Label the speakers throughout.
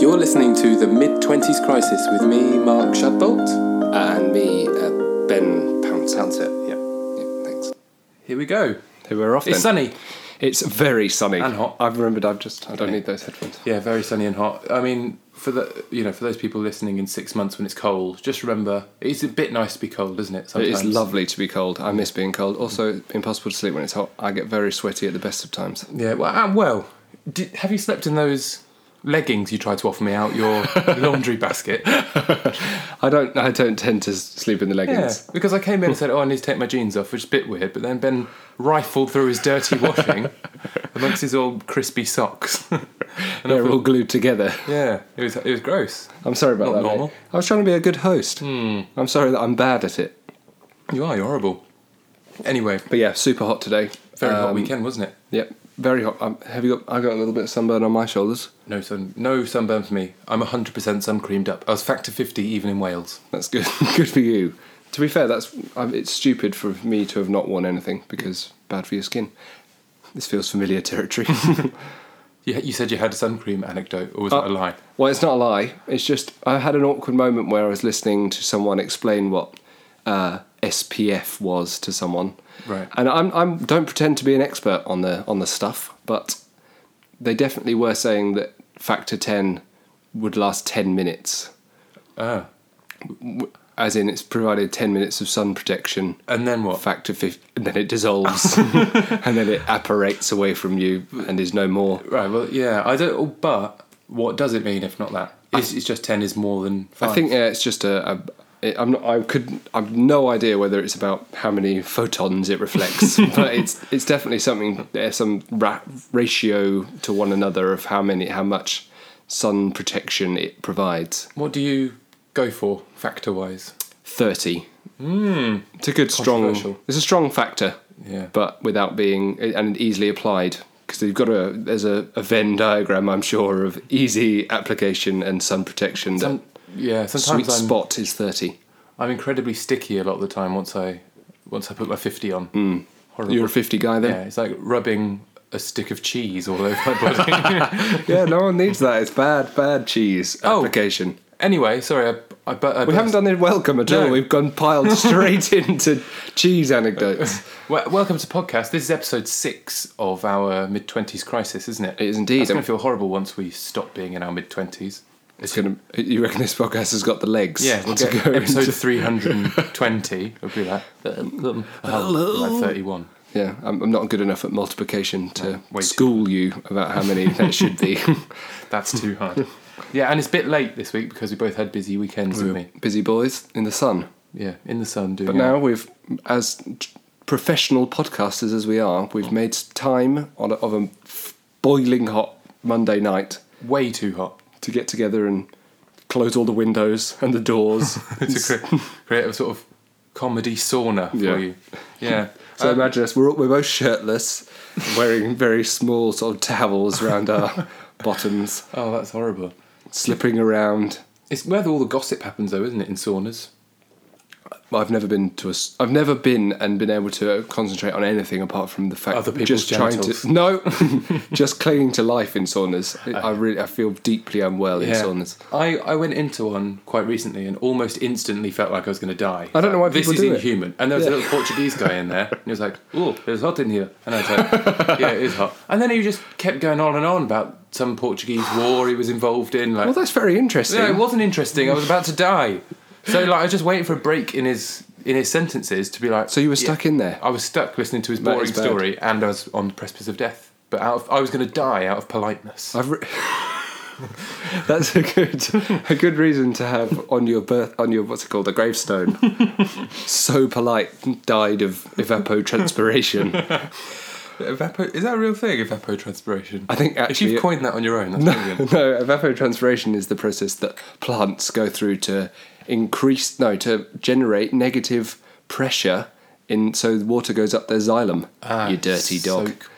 Speaker 1: You're listening to the Mid 20s Crisis with me, Mark Shadbolt.
Speaker 2: and me, uh, Ben Pounce.
Speaker 1: That's it, yeah.
Speaker 2: Yeah, thanks.
Speaker 1: Here we go.
Speaker 2: Who we're off
Speaker 1: It's
Speaker 2: then.
Speaker 1: sunny.
Speaker 2: It's very sunny.
Speaker 1: And hot.
Speaker 2: I've remembered I've just, I don't need those headphones.
Speaker 1: Yeah, very sunny and hot. I mean, for the you know, for those people listening in six months when it's cold, just remember it's a bit nice to be cold, isn't it?
Speaker 2: It is lovely to be cold. I miss being cold. Also, impossible to sleep when it's hot. I get very sweaty at the best of times.
Speaker 1: Yeah. Well, ah, well did, have you slept in those leggings you tried to offer me out your laundry basket?
Speaker 2: I don't, I don't tend to s- sleep in the
Speaker 1: Yeah.
Speaker 2: leggings.
Speaker 1: Because I came in and said, "Oh, I need to take my jeans off," which is a bit weird. But then Ben rifled through his dirty washing amongst his old crispy socks.
Speaker 2: They're all glued together.
Speaker 1: yeah. It was it was gross.
Speaker 2: I'm sorry about
Speaker 1: Not
Speaker 2: that. mate.
Speaker 1: normal. Hmm.
Speaker 2: I was trying to be a good host. I'm sorry that I'm bad at it.
Speaker 1: You are. You're horrible. Anyway,
Speaker 2: But yeah, super hot today.
Speaker 1: very hot
Speaker 2: Um,
Speaker 1: weekend, wasn't it?
Speaker 2: Yep, very hot. Um, have you got? I got a little bit of sunburn on my shoulders.
Speaker 1: No sun, no sunburn for me. I'm 100% sun creamed up. I was factor 50 even in Wales.
Speaker 2: That's good. good for you. To be fair, that's um, it's stupid for me to have not worn anything because bad for your skin. This feels familiar territory.
Speaker 1: You, you said you had a sun cream anecdote, or
Speaker 2: Oh.
Speaker 1: was that a lie?
Speaker 2: well, it's not a lie. It's just I had an awkward moment where I was listening to someone explain what uh, SPF was to someone.
Speaker 1: Right.
Speaker 2: And I'm I'm don't pretend to be an expert on the on the stuff, but they definitely were saying that factor 10 would last 10 minutes.
Speaker 1: Ah.
Speaker 2: as in it's provided 10 minutes of sun protection
Speaker 1: And then what?
Speaker 2: factor 50 and then it dissolves and then it apparates away from you and is no more
Speaker 1: Right, well, yeah, I don't, oh, but what does it mean if not that? It's, it's just 10 is more than 5.
Speaker 2: i think yeah, it's just a, a it, i'm not i could i've no idea whether it's about how many photons it reflects but it's it's definitely something there's some ra- ratio to one another of how many how much sun protection it provides
Speaker 1: What do you go for, factor wise?
Speaker 2: 30 it's a good
Speaker 1: Hmm.
Speaker 2: strong
Speaker 1: Controversial.
Speaker 2: it's a strong factor
Speaker 1: Yeah.
Speaker 2: but without being and easily applied because you've got a there's a, a Venn diagram I'm sure of easy application and sun protection. That
Speaker 1: Some- yeah,
Speaker 2: sweet
Speaker 1: sometimes I'm,
Speaker 2: spot is thirty.
Speaker 1: I'm incredibly sticky a lot of the time once I once I put my 50 on. Horrible.
Speaker 2: Hmm. You're a fifty guy
Speaker 1: yeah,
Speaker 2: then.
Speaker 1: it's like rubbing a stick of cheese all over my body.
Speaker 2: Yeah, no one needs that. It's bad, bad cheese
Speaker 1: Oh.
Speaker 2: application.
Speaker 1: anyway, sorry, I, I, but I
Speaker 2: We haven't done the welcome at
Speaker 1: No.
Speaker 2: all. We've gone piled straight into cheese anecdotes.
Speaker 1: Well, welcome to podcast. This is episode six of our mid twenties crisis, isn't it?
Speaker 2: It is indeed.
Speaker 1: It's going to feel horrible once we stop being in our mid twenties.
Speaker 2: It's gonna. You reckon this podcast has got the legs?
Speaker 1: Yeah, we'll
Speaker 2: to
Speaker 1: get
Speaker 2: go
Speaker 1: episode
Speaker 2: into-
Speaker 1: three hundred and twenty. It'll be like, um,
Speaker 2: Hello.
Speaker 1: like thirty-one.
Speaker 2: Yeah, I'm, I'm not good enough at multiplication to
Speaker 1: wait.
Speaker 2: school you about how many there should be.
Speaker 1: That's too hard. yeah, and it's a bit late this week because we both had busy weekends, didn't we?
Speaker 2: Busy boys in the sun.
Speaker 1: Yeah, in the sun doing.
Speaker 2: But now we've, as t- professional podcasters as we are, we've made time on a, of a f- boiling hot Monday night
Speaker 1: it. way too hot
Speaker 2: to get together and close all the windows and the doors.
Speaker 1: to cre- create a sort of comedy sauna for
Speaker 2: Yeah.
Speaker 1: you. Yeah.
Speaker 2: so
Speaker 1: Um,
Speaker 2: imagine us, we're, all- we're both shirtless, wearing very small sort of towels around our bottoms,
Speaker 1: oh, that's horrible.
Speaker 2: slipping around.
Speaker 1: It's where all the gossip happens, though, isn't it? In saunas.
Speaker 2: Well, I've never been to a. s- I've never been and been able to concentrate on anything apart from the fact
Speaker 1: Other people's
Speaker 2: just
Speaker 1: genitals.
Speaker 2: trying to no, just clinging to life in saunas. I-
Speaker 1: Uh.
Speaker 2: I really, I feel deeply unwell in saunas.
Speaker 1: I, I went into one quite recently and almost instantly felt like I was going to die.
Speaker 2: I don't know why
Speaker 1: This
Speaker 2: people
Speaker 1: is
Speaker 2: do it.
Speaker 1: inhuman. And there was a
Speaker 2: Yeah.
Speaker 1: little Portuguese guy in there, and he was like, "Oh, it's hot in here," and I was like, "Yeah, it is hot." And then he just kept going on and on about some Portuguese war he was involved in. Like,
Speaker 2: Well, that's very interesting.
Speaker 1: yeah, it wasn't interesting. I was about to die, so like I was just waiting for a break in his in his sentences to be like.
Speaker 2: so you were
Speaker 1: yeah.
Speaker 2: stuck in there.
Speaker 1: I was stuck listening to his
Speaker 2: That
Speaker 1: boring
Speaker 2: is bad.
Speaker 1: story, and I was on the precipice of death. But out of, I was going to die out of politeness.
Speaker 2: I've re- that's a good a good reason to have on your birth on your what's it called a gravestone. so polite, died of evapotranspiration.
Speaker 1: Evapo- is that a real thing? Evapotranspiration.
Speaker 2: I think
Speaker 1: If
Speaker 2: actually
Speaker 1: you've coined that on your own, that's brilliant.
Speaker 2: No, evapotranspiration is the process that plants go through to increase, no, to generate negative
Speaker 1: Ah,
Speaker 2: pressure in so the water goes up their xylem. you dirty dog.
Speaker 1: Soak.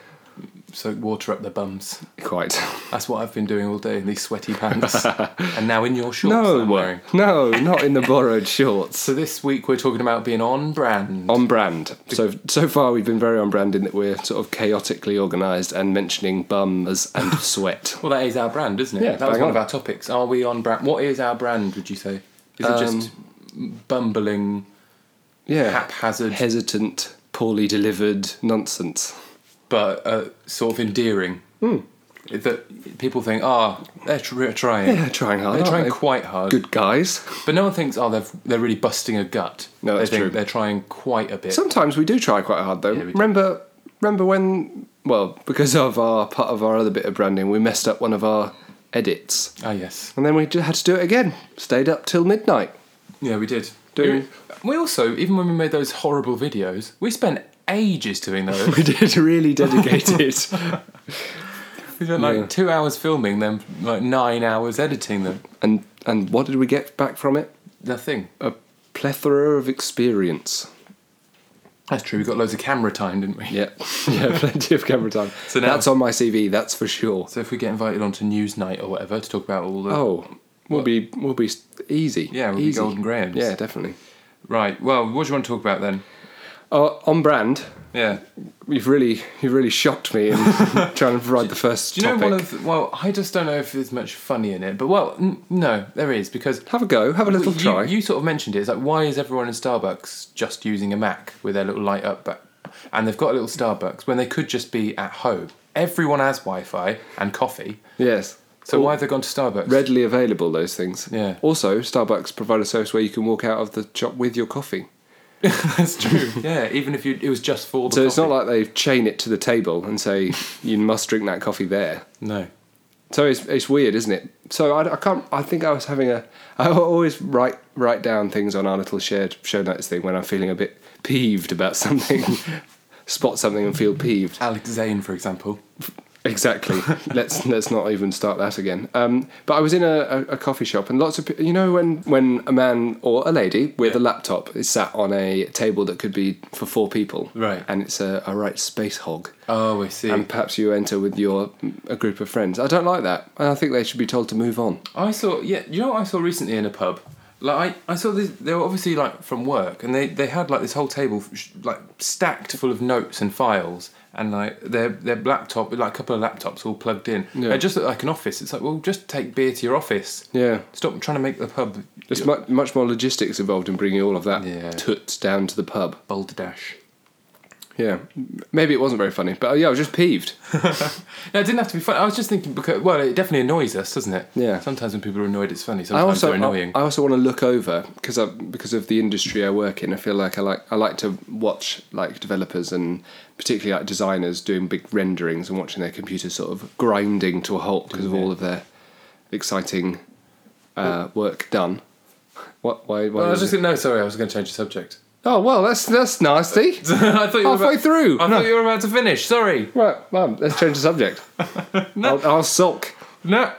Speaker 1: soak water up their bums.
Speaker 2: Quite.
Speaker 1: That's what I've been doing all day in these sweaty pants. and now in your shorts. that
Speaker 2: No,
Speaker 1: I'm wearing.
Speaker 2: no, not in the borrowed shorts.
Speaker 1: So this week we're talking about being on brand.
Speaker 2: On brand. So so far we've been very on brand in that we're sort of chaotically organised and mentioning bums and sweat.
Speaker 1: Well, that is our brand, isn't it?
Speaker 2: Yeah,
Speaker 1: that was
Speaker 2: bang
Speaker 1: one
Speaker 2: on.
Speaker 1: of our topics. Are we on brand? What is our brand? Would you say? Is it just bumbling,
Speaker 2: Um, Yeah.
Speaker 1: haphazard,
Speaker 2: Hesitant, poorly delivered nonsense.
Speaker 1: but uh, sort of endearing?
Speaker 2: Hmm.
Speaker 1: That people think, ah, they're tr- trying.
Speaker 2: Yeah, trying hard.
Speaker 1: They're
Speaker 2: aren't
Speaker 1: trying
Speaker 2: they?
Speaker 1: quite hard,
Speaker 2: good guys.
Speaker 1: but no one thinks, oh, they're they're really busting a gut.
Speaker 2: No, that's
Speaker 1: they think
Speaker 2: true.
Speaker 1: They're trying quite a bit.
Speaker 2: Sometimes we do try quite hard though.
Speaker 1: we do.
Speaker 2: remember, remember when? Well, because of our part of our other bit of branding, we messed up one of our edits,
Speaker 1: ah, yes,
Speaker 2: and then we ju- had to do it again. Stayed up till midnight.
Speaker 1: yeah, we did.
Speaker 2: Do
Speaker 1: we also even when we made those horrible videos, we spent ages doing those.
Speaker 2: We did really dedicated.
Speaker 1: We spent like
Speaker 2: Yeah.
Speaker 1: two hours filming them, like nine hours editing them.
Speaker 2: and and what did we get back from it?
Speaker 1: Nothing.
Speaker 2: A plethora of experience.
Speaker 1: That's true. We got loads of camera time, didn't we?
Speaker 2: Yeah, yeah, plenty of camera time.
Speaker 1: So
Speaker 2: So
Speaker 1: now-
Speaker 2: that's on my CV. That's for sure.
Speaker 1: So if we get invited onto Newsnight or whatever to talk about all the
Speaker 2: Oh, we'll be we'll be s- easy.
Speaker 1: Yeah, we'll be
Speaker 2: easy.
Speaker 1: golden grahams.
Speaker 2: Yeah, definitely.
Speaker 1: right. Well, what do you want to talk about then?
Speaker 2: Oh, on brand.
Speaker 1: Yeah.
Speaker 2: You've really, you've really shocked me in trying to provide the first
Speaker 1: Do you know
Speaker 2: topic.
Speaker 1: one of? the- well, I just don't know if there's much funny in it, but well, n- no, there is because
Speaker 2: have a go, have a little
Speaker 1: you,
Speaker 2: try.
Speaker 1: you sort of mentioned it. It's like why is everyone in Starbucks just using a Mac with their little light up back, and they've got a little Starbucks when they could just be at home. Everyone has Wi-Fi and coffee,
Speaker 2: yes.
Speaker 1: so
Speaker 2: All
Speaker 1: why have they gone to Starbucks?
Speaker 2: readily available those things?
Speaker 1: Yeah.
Speaker 2: Also, Starbucks provide a service where you can walk out of the shop with your coffee.
Speaker 1: That's true. yeah, even if you, it was just for the
Speaker 2: So it's
Speaker 1: coffee.
Speaker 2: not like they chain it to the table and say you must drink that coffee there.
Speaker 1: no.
Speaker 2: So it's it's weird, isn't it? So I, I can't. I think I was having a. I always write write down things on our little shared show notes thing when I'm feeling a bit peeved about something, spot something and feel peeved.
Speaker 1: Alex Zane, for example.
Speaker 2: Exactly. let's let's not even start that again. Um, but I was in a, a, a coffee shop and lots of pe- you know when when a man or a lady with a laptop is sat on a table that could be for four people,
Speaker 1: Right.
Speaker 2: And it's a, a right space hog.
Speaker 1: Oh, I see.
Speaker 2: And perhaps you enter with your a group of friends. I don't like that, and I think they should be told to move on.
Speaker 1: I saw, yeah, you know what I saw recently in a pub? Like, I, I saw this, they were obviously like from work and they, they had like this whole table sh- like stacked full of notes and files and like their, their laptop, like a couple of laptops all plugged in.
Speaker 2: Yeah.
Speaker 1: It just looked like an office. It's like, well, just take beer to your office.
Speaker 2: Yeah.
Speaker 1: Stop trying to make the pub
Speaker 2: There's much, much more logistics involved in bringing all of that
Speaker 1: Yeah.
Speaker 2: toots down to the pub.
Speaker 1: boulder dash.
Speaker 2: Yeah. Maybe it wasn't very funny, but uh, yeah, I was just peeved.
Speaker 1: No, it didn't have to be funny. I was just thinking because well, it definitely annoys us, doesn't it?
Speaker 2: Yeah.
Speaker 1: Sometimes when people are annoyed, it's funny.
Speaker 2: I
Speaker 1: Sometimes
Speaker 2: also,
Speaker 1: they're annoying.
Speaker 2: I, I also want to look over because I, because of the industry I work in. I feel like I like I like to watch like developers and particularly like designers doing big renderings and watching their computers sort of grinding to a halt because of
Speaker 1: Yeah.
Speaker 2: all of their exciting uh, work done. What? Why? why
Speaker 1: well, I was
Speaker 2: is
Speaker 1: just
Speaker 2: it-
Speaker 1: gonna, no, sorry, I was going to change the subject.
Speaker 2: Oh well, that's that's nasty.
Speaker 1: I thought you were
Speaker 2: Halfway
Speaker 1: about,
Speaker 2: through.
Speaker 1: I
Speaker 2: No.
Speaker 1: thought you were about to finish. Sorry.
Speaker 2: Right, well, let's change the subject. I'll, I'll sulk.
Speaker 1: No.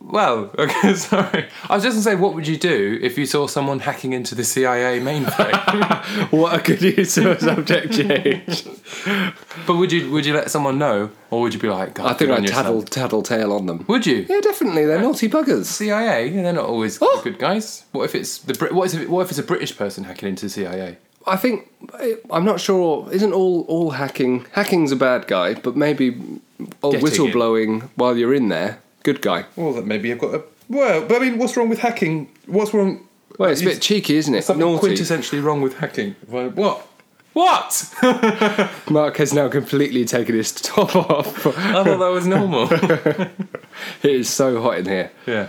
Speaker 1: Well, okay, sorry. I was just going to say, what would you do if you saw someone hacking into the CIA mainframe?
Speaker 2: What a good use of a subject change.
Speaker 1: but would you would you let someone know, or would you be like, God,
Speaker 2: I think
Speaker 1: good
Speaker 2: I
Speaker 1: on yourself.
Speaker 2: tattle tattletale on them.
Speaker 1: Would you?
Speaker 2: Yeah, definitely. They're naughty buggers.
Speaker 1: CIA, they're not always
Speaker 2: Oh.
Speaker 1: good guys. What if it's the Brit? What if it, what if it's a British person hacking into the CIA?
Speaker 2: I think eh, I'm not sure. Isn't all all hacking? Hacking's a bad guy, but maybe or
Speaker 1: Getting it.
Speaker 2: whistleblowing while you're in there, good guy.
Speaker 1: Well, that maybe I've got a well. But I mean, what's wrong with hacking? What's wrong?
Speaker 2: Well, it's a bit cheeky, isn't it?
Speaker 1: Something
Speaker 2: Naughty.
Speaker 1: quintessentially wrong with hacking. Well, What? What?
Speaker 2: Mark has now completely taken his top off.
Speaker 1: I thought that was normal.
Speaker 2: it is so hot in here.
Speaker 1: yeah,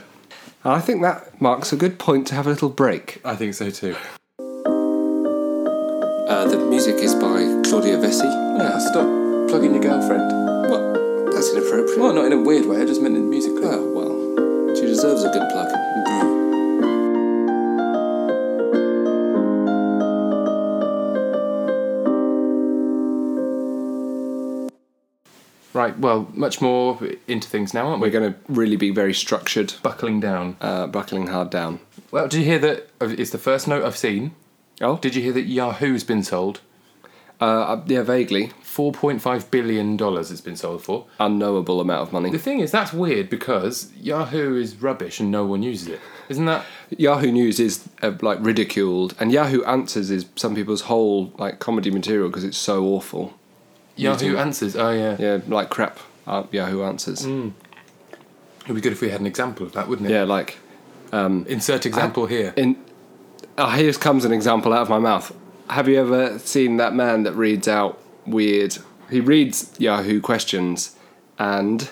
Speaker 2: And I think that marks a good point to have a little break.
Speaker 1: I think so too.
Speaker 2: Uh, the music is by Claudia Vessi.
Speaker 1: Yeah, stop plugging your girlfriend.
Speaker 2: Well, that's inappropriate.
Speaker 1: Well, not in a weird way. I just meant in musically.
Speaker 2: Oh, well, she deserves a good plug.
Speaker 1: Right, well, much more into things now, aren't we?
Speaker 2: We're going to really be very structured,
Speaker 1: Buckling down.
Speaker 2: uh, buckling hard down.
Speaker 1: uh, Well, did you hear that? It's the first note I've seen.
Speaker 2: Oh,
Speaker 1: Did you hear that Yahoo's been sold?
Speaker 2: Uh, yeah, vaguely
Speaker 1: Four point five billion dollars it's been sold for.
Speaker 2: unknowable amount of
Speaker 1: The
Speaker 2: money.
Speaker 1: thing is, that's weird because Yahoo is rubbish and no one uses it. Isn't that?
Speaker 2: Yahoo News is uh, like ridiculed, and Yahoo Answers is some people's whole like comedy material because it's so awful.
Speaker 1: Yahoo Answers. Oh yeah.
Speaker 2: Yeah, like crap. Uh, Yahoo Answers.
Speaker 1: It'd be good if we had an example of that, wouldn't it?
Speaker 2: Yeah, like
Speaker 1: Insert example here.
Speaker 2: in. Uh, here comes an example out of my mouth. Have you ever seen that man that reads out weird? He reads Yahoo questions, and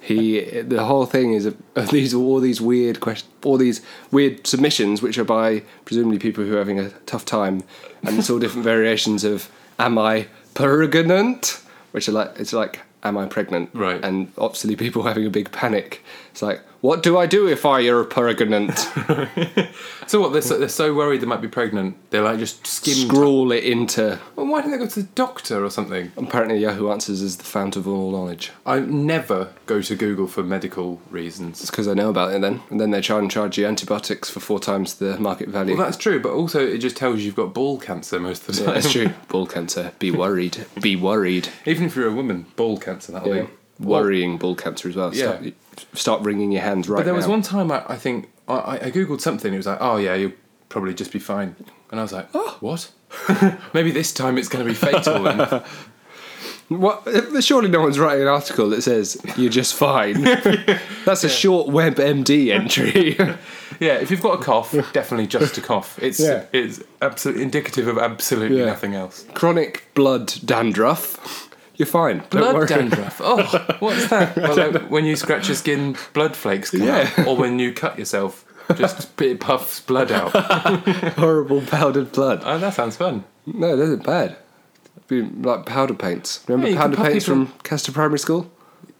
Speaker 2: he the whole thing is of these all these weird questions, all these weird submissions, which are by presumably people who are having a tough time, and it's all different variations of "Am I pregnant?" which are like it's like "Am I pregnant?"
Speaker 1: Right.
Speaker 2: and obviously people having a big panic. It's like, what do I do if I are pregnant?
Speaker 1: So what? They're so, they're so worried they might be pregnant. They're like just skim.
Speaker 2: Scrawl it into
Speaker 1: well, why didn't they go to the doctor or something?
Speaker 2: Apparently, Yahoo Answers is the fount of all knowledge.
Speaker 1: I never go to Google for medical reasons.
Speaker 2: It's because I know about it then. And then they try and charge you antibiotics for four times the market value.
Speaker 1: Well, that's true, but also it just tells you you've got ball cancer most of the
Speaker 2: Yeah,
Speaker 1: time.
Speaker 2: that's true. Ball cancer. Be worried. Be worried.
Speaker 1: Even if you're a woman, ball cancer, that'll
Speaker 2: Yeah.
Speaker 1: be.
Speaker 2: Worrying ball cancer as well. Start,
Speaker 1: Yeah.
Speaker 2: start wringing your hands right
Speaker 1: But there
Speaker 2: now.
Speaker 1: was one time I, I think I- I, I googled something. It was like, oh yeah, you'll probably just be fine. And I was like, oh, what? Maybe this time it's going to be fatal. And
Speaker 2: What? Surely no one's writing an article that says, you're just fine. that's a short WebMD entry.
Speaker 1: yeah, if you've got a cough, definitely just a cough. It's
Speaker 2: Yeah.
Speaker 1: it's absolutely indicative of absolutely
Speaker 2: Yeah.
Speaker 1: nothing else.
Speaker 2: Chronic blood dandruff. You're fine. Don't worry.
Speaker 1: Blood dandruff. Oh, what's that? Well, like, when you scratch your skin, blood flakes come
Speaker 2: Yeah.
Speaker 1: out, or when you cut yourself, just it puffs blood out.
Speaker 2: Horrible powdered blood.
Speaker 1: Oh, that sounds fun.
Speaker 2: No, they isn't bad. Be like powder paints. Remember
Speaker 1: Yeah, you
Speaker 2: powder
Speaker 1: can put
Speaker 2: paints
Speaker 1: people-
Speaker 2: from Castor Primary School?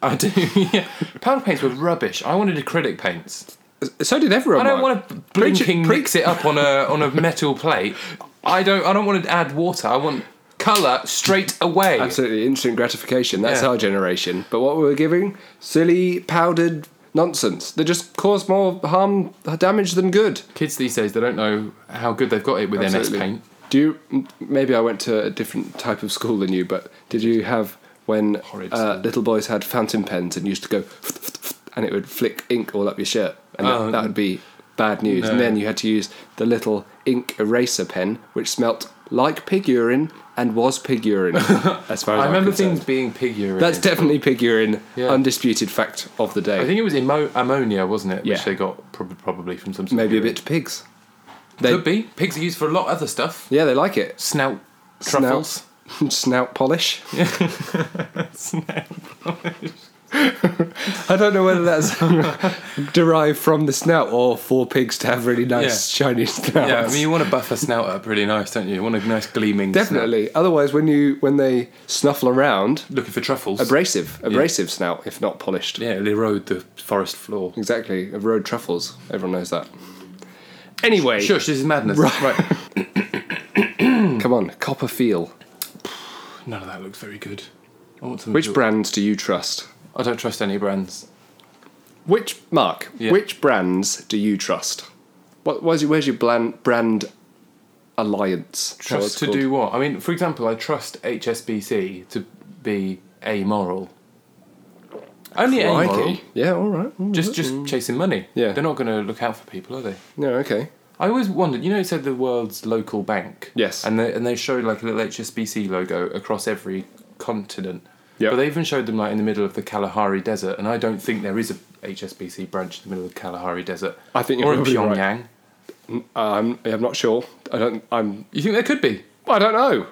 Speaker 1: I do. Yeah, powder paints were rubbish. I wanted acrylic paints.
Speaker 2: So did everyone.
Speaker 1: I don't
Speaker 2: Mark.
Speaker 1: want to
Speaker 2: Preach it-
Speaker 1: blinking
Speaker 2: preach-
Speaker 1: mix it up on a on a metal plate. I don't. I don't want to add water. I want color straight away.
Speaker 2: Absolutely, instant gratification. That's
Speaker 1: Yeah.
Speaker 2: our generation. But what we were giving? Silly, powdered nonsense. They just cause more harm, damage than good.
Speaker 1: Kids these days, they don't know how good they've got it with
Speaker 2: Absolutely.
Speaker 1: MS Paint.
Speaker 2: Do you? m- Maybe I went to a different type of school than you, but did you have when
Speaker 1: Horrid
Speaker 2: uh,
Speaker 1: school.
Speaker 2: little boys had fountain pens and used to go, and it would flick ink all up your shirt, and that,
Speaker 1: Oh.
Speaker 2: that would be bad news. And
Speaker 1: No.
Speaker 2: then you had to use the little ink eraser pen, which smelt like pig urine and was pig urine. as far as
Speaker 1: I
Speaker 2: I'm
Speaker 1: remember
Speaker 2: concerned.
Speaker 1: things being pig urine.
Speaker 2: That's definitely pig urine.
Speaker 1: Yeah.
Speaker 2: Undisputed fact of the day.
Speaker 1: I think it was emo- ammonia, wasn't it?
Speaker 2: Yeah.
Speaker 1: Which they got prob- probably from some. sort of
Speaker 2: maybe a
Speaker 1: urine.
Speaker 2: bit to pigs. They,
Speaker 1: Could be. Pigs are used for a lot of other stuff.
Speaker 2: Yeah, they like it.
Speaker 1: Snout truffles.
Speaker 2: snout polish. snout polish. I don't know whether that's derived from the snout or for pigs to have really nice shiny snouts.
Speaker 1: Yeah, I mean, you want to buff a snout up really nice, don't you? You want a nice gleaming. snout.
Speaker 2: definitely. Otherwise, when you when they snuffle around,
Speaker 1: Looking for truffles.
Speaker 2: abrasive, abrasive snout if not polished.
Speaker 1: yeah, they erode the forest floor.
Speaker 2: Exactly, of road truffles. Everyone knows that. Anyway,
Speaker 1: Shush, this is madness.
Speaker 2: Right.
Speaker 1: right.
Speaker 2: come on, copper feel.
Speaker 1: None of that looks very good. I want some
Speaker 2: Which brands do you trust?
Speaker 1: I don't trust any brands.
Speaker 2: Which Mark?
Speaker 1: Yeah.
Speaker 2: Which brands do you trust? What? Where's your Where's your brand brand alliance? Is that what it's
Speaker 1: Trust to
Speaker 2: called?
Speaker 1: do what? I mean, for example, I trust HSBC to be amoral. Only
Speaker 2: Crikey.
Speaker 1: amoral.
Speaker 2: Yeah. All right. all
Speaker 1: Just
Speaker 2: right.
Speaker 1: just chasing money.
Speaker 2: Yeah.
Speaker 1: They're not going to look out for people, are they?
Speaker 2: No. Okay.
Speaker 1: I always wondered. You know, it said the world's local bank.
Speaker 2: Yes.
Speaker 1: And they and they showed like a little HSBC logo across every continent.
Speaker 2: Yep.
Speaker 1: But they even showed them like in the middle of the Kalahari Desert, and I don't think there is a HSBC branch in the middle of the Kalahari Desert.
Speaker 2: I think you're
Speaker 1: or in
Speaker 2: probably right.
Speaker 1: Pyongyang.
Speaker 2: Um, I'm not sure. I don't. I'm.
Speaker 1: You think there could be?
Speaker 2: I don't know.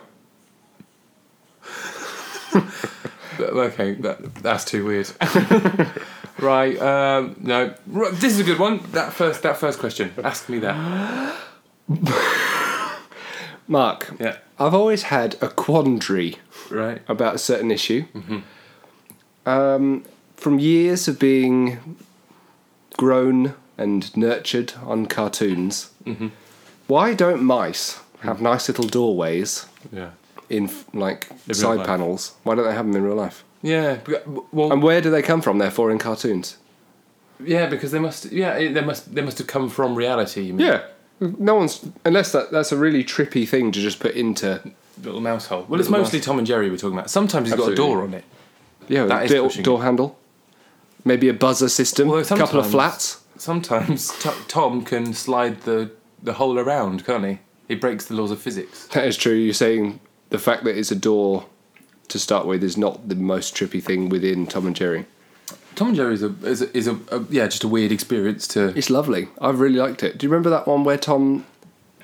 Speaker 1: But, okay, that, that's too weird. right, um, no. Right, This is a good one. That first, that first question. Ask me that.
Speaker 2: Mark.
Speaker 1: Yeah.
Speaker 2: I've always had a quandary
Speaker 1: Right.
Speaker 2: about a certain issue.
Speaker 1: Mm-hmm.
Speaker 2: Um, from years of being grown and nurtured on cartoons,
Speaker 1: Mm-hmm.
Speaker 2: why don't mice
Speaker 1: Mm.
Speaker 2: have nice little doorways
Speaker 1: Yeah.
Speaker 2: in f- like
Speaker 1: real
Speaker 2: side
Speaker 1: life.
Speaker 2: panels? Why don't they have them in real life?
Speaker 1: Yeah. bec- Well.
Speaker 2: And where do they come from? Therefore, in cartoons.
Speaker 1: yeah, because they must. Yeah, it- they must. They must have come from reality. You mean.
Speaker 2: Yeah, no one's unless that that's a really trippy thing to just put into
Speaker 1: little mouse hole. Well, it's
Speaker 2: Little
Speaker 1: mostly
Speaker 2: mouse.
Speaker 1: Tom and Jerry we're talking about. Sometimes he's got a
Speaker 2: Absolutely.
Speaker 1: door on it.
Speaker 2: Yeah,
Speaker 1: That
Speaker 2: that
Speaker 1: is
Speaker 2: door,
Speaker 1: pushing
Speaker 2: door handle. Maybe a buzzer system.
Speaker 1: Although
Speaker 2: A couple of
Speaker 1: sometimes-
Speaker 2: flats.
Speaker 1: Sometimes t- Tom can slide the, the hole around, can't he? He breaks the laws of physics.
Speaker 2: That is true. You're saying the fact that it's a door to start with is not the most trippy thing within Tom and Jerry.
Speaker 1: Tom and Jerry is a is a, is a, a yeah just a weird experience to.
Speaker 2: It's lovely. I've really liked it. Do you remember that one where Tom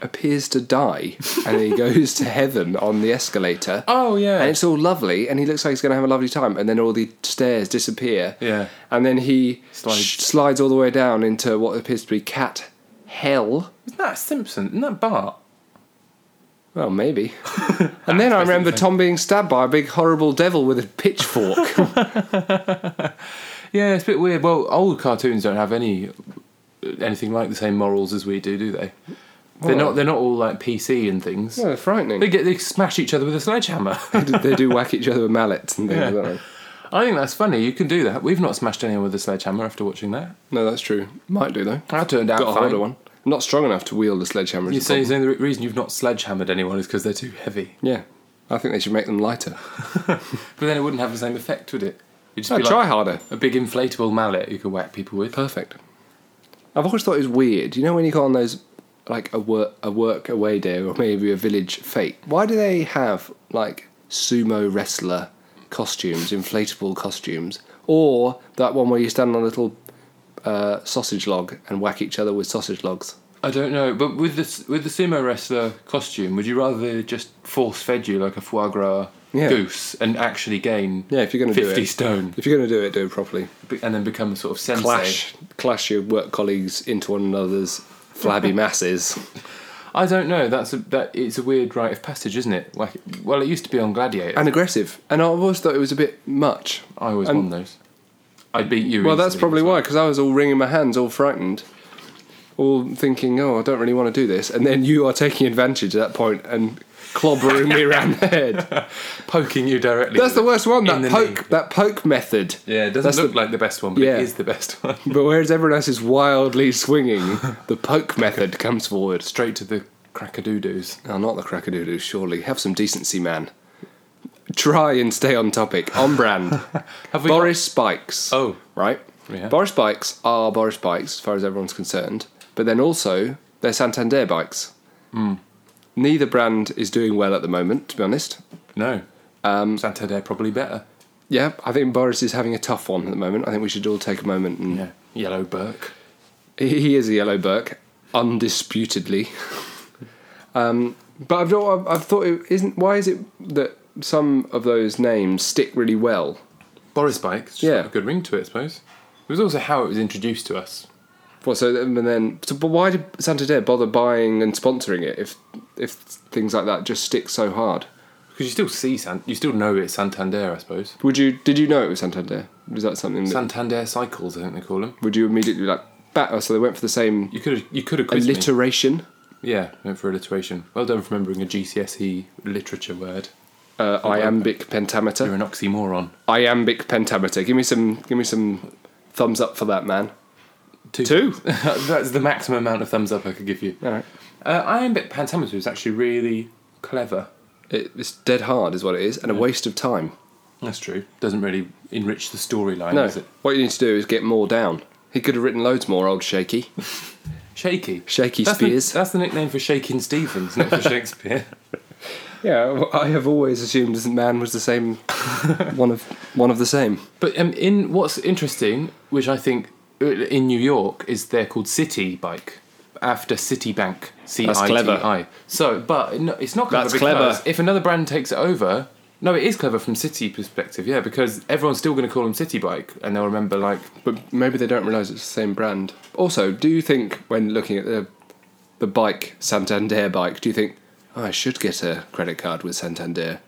Speaker 2: appears to die and he goes to heaven on the escalator?
Speaker 1: Oh yeah,
Speaker 2: and it's all lovely, and he looks like he's going to have a lovely time, and then all the stairs disappear.
Speaker 1: Yeah.
Speaker 2: And then he
Speaker 1: Slides.
Speaker 2: slides, slides all the way down into what appears to be cat hell.
Speaker 1: isn't that Simpson? Isn't that Bart?
Speaker 2: Well, maybe. and then I remember Tom being stabbed by a big horrible devil with a pitchfork.
Speaker 1: Yeah, it's a bit weird. Well, old cartoons don't have any anything like the same morals as we do, do they? They're
Speaker 2: Well-
Speaker 1: not. They're not all like PC and things.
Speaker 2: oh, frightening.
Speaker 1: They get they smash each other with a sledgehammer.
Speaker 2: They do- they do whack each other with mallets and things,
Speaker 1: Yeah.
Speaker 2: don't they?
Speaker 1: I think that's funny. You can do that. We've not smashed anyone with a sledgehammer after watching that.
Speaker 2: No, that's true. Might do though.
Speaker 1: That turned out
Speaker 2: Got a
Speaker 1: fine.
Speaker 2: harder one. I'm not strong enough to wield a sledgehammer.
Speaker 1: You
Speaker 2: is the
Speaker 1: say
Speaker 2: problem.
Speaker 1: the only reason you've not sledgehammered anyone is because they're too heavy.
Speaker 2: Yeah, I think they should make them lighter.
Speaker 1: But then it wouldn't have the same effect, would it? It'd just
Speaker 2: No,
Speaker 1: be
Speaker 2: try
Speaker 1: like
Speaker 2: harder.
Speaker 1: a big inflatable mallet you could whack people with.
Speaker 2: Perfect. I've always thought it was weird. You know when you go on those like a work a work away day or maybe a village fete. Why do they have like sumo wrestler costumes, inflatable costumes, or that one where you stand on a little uh, sausage log and whack each other with sausage logs?
Speaker 1: I don't know, but with the with the sumo wrestler costume, would you rather they just force fed you like a foie gras
Speaker 2: Yeah.
Speaker 1: goose and actually gain
Speaker 2: Yeah, if you're going to do
Speaker 1: fifty
Speaker 2: it,
Speaker 1: stone
Speaker 2: if you're going to do it, do it properly.
Speaker 1: be- and then become a sort of sensei?
Speaker 2: Clash, clash your work colleagues into one another's flabby masses.
Speaker 1: I don't know. That's a, that it's a weird rite of passage, isn't it? Like, well, it used to be on Gladiator.
Speaker 2: and aggressive. And I always thought it was a bit much.
Speaker 1: I always
Speaker 2: and-
Speaker 1: won those. I beat you.
Speaker 2: Well, that's
Speaker 1: easily.
Speaker 2: probably why, because I was all wringing my hands, all frightened, all thinking, "Oh, I don't really want to do this." And then you are taking advantage at that point and clobbering me around the head.
Speaker 1: poking you directly.
Speaker 2: That's the worst one.
Speaker 1: In the
Speaker 2: That poke,
Speaker 1: knee.
Speaker 2: that poke method.
Speaker 1: Yeah, it doesn't
Speaker 2: That's
Speaker 1: look
Speaker 2: the-
Speaker 1: like the best one, but
Speaker 2: Yeah.
Speaker 1: it is the best one.
Speaker 2: But whereas everyone else is wildly swinging, the poke method comes forward.
Speaker 1: Straight to the crackadoodoos.
Speaker 2: Oh, not the crackadoodoo, surely. Have some decency, man. Try and stay on topic, on brand.
Speaker 1: Have we?
Speaker 2: Boris Spikes.
Speaker 1: Oh.
Speaker 2: Right?
Speaker 1: Yeah.
Speaker 2: Boris Bikes are Boris Bikes, as far as everyone's concerned, but then also they're Santander bikes.
Speaker 1: Hmm.
Speaker 2: Neither brand is doing well at the moment, to be honest.
Speaker 1: Got, no. Um, Santander probably better.
Speaker 2: Yeah, I think Boris is having a tough one at the moment. I think we should all take a moment and.
Speaker 1: Yeah. Yellow Burke.
Speaker 2: He he is a yellow Burke, undisputedly. um, but I've, I've, I've thought, it isn't why is it that some of those names stick really well?
Speaker 1: Boris Bike. It's just
Speaker 2: Yeah.
Speaker 1: got a good ring to it, I suppose. It was also how it was introduced to us.
Speaker 2: Well, so then- and then, so, but why did Santander bother buying and sponsoring it if if things like that just stick so hard?
Speaker 1: Because you still see San, you still know it's Santander, I suppose.
Speaker 2: Would you did you know it was Santander? Was that something that
Speaker 1: Santander cycles, I think they call them.
Speaker 2: would you immediately like bat? Oh, so they went for the same
Speaker 1: You could have, you could have quizzed me.
Speaker 2: alliteration.
Speaker 1: Yeah, went for alliteration. Well done for remembering a GCSE E literature word.
Speaker 2: Uh, iambic
Speaker 1: You're
Speaker 2: pentameter.
Speaker 1: an oxymoron.
Speaker 2: Iambic pentameter. Give me some. Give me some thumbs up for that man. Two.
Speaker 1: That's the maximum amount of thumbs up I could give you.
Speaker 2: All right.
Speaker 1: Uh, iambic pentameter is actually really clever.
Speaker 2: It, it's dead hard, is what it is, and a waste of time.
Speaker 1: That's true. Doesn't really enrich the storyline,
Speaker 2: No,
Speaker 1: does it?
Speaker 2: what you need to do is get more down. He could have written loads more, old shaky.
Speaker 1: Shaky.
Speaker 2: Shaky
Speaker 1: that's
Speaker 2: Spears.
Speaker 1: The, that's the nickname for Shaking Stevens, not for Shakespeare.
Speaker 2: Yeah, well, I have always assumed this man was the same, one of one of the same.
Speaker 1: But um, in what's interesting, which I think uh, in New York is they're called City Bike after Citibank, C I
Speaker 2: That's
Speaker 1: T
Speaker 2: clever.
Speaker 1: I. So, but no, it's not clever
Speaker 2: That's
Speaker 1: because
Speaker 2: clever.
Speaker 1: if another brand takes it over, no, it is clever from City perspective, yeah, because everyone's still going to call them City Bike, and they'll remember like
Speaker 2: But maybe they don't realise it's the same brand. Also, do you think when looking at the the bike Santander bike, do you think oh, I should get a credit card with Santander?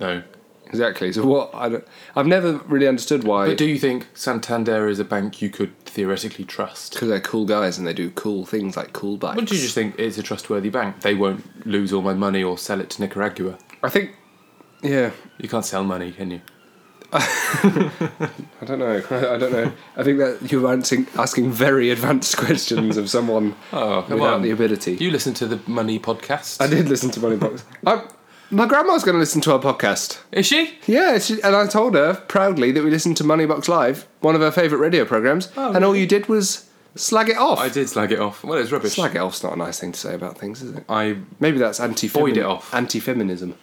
Speaker 1: no.
Speaker 2: Exactly. So what? I don't, I've never really understood why
Speaker 1: But do you think Santander is a bank you could theoretically trust?
Speaker 2: because they're cool guys and they do cool things like cool bikes.
Speaker 1: Would you just think it's a trustworthy bank? They won't lose all my money or sell it to Nicaragua.
Speaker 2: I think. Yeah,
Speaker 1: You can't sell money, can you?
Speaker 2: I don't know. I don't know. I think that you're answering, asking very advanced questions of someone
Speaker 1: Oh, come
Speaker 2: without
Speaker 1: on.
Speaker 2: the ability.
Speaker 1: You listen to the Money podcast. Um,
Speaker 2: I did listen to Money Box. I, My grandma's going to listen to our podcast.
Speaker 1: Is she?
Speaker 2: Yeah, she, and I told her proudly that we listened to Moneybox Live, one of her favourite radio programmes, and all you did was slag it off.
Speaker 1: Oh, I did slag it off. Well, it's rubbish.
Speaker 2: Slag it off's not a nice thing to say about things, is it?
Speaker 1: I
Speaker 2: Maybe that's anti
Speaker 1: Void it off.
Speaker 2: Anti-feminism.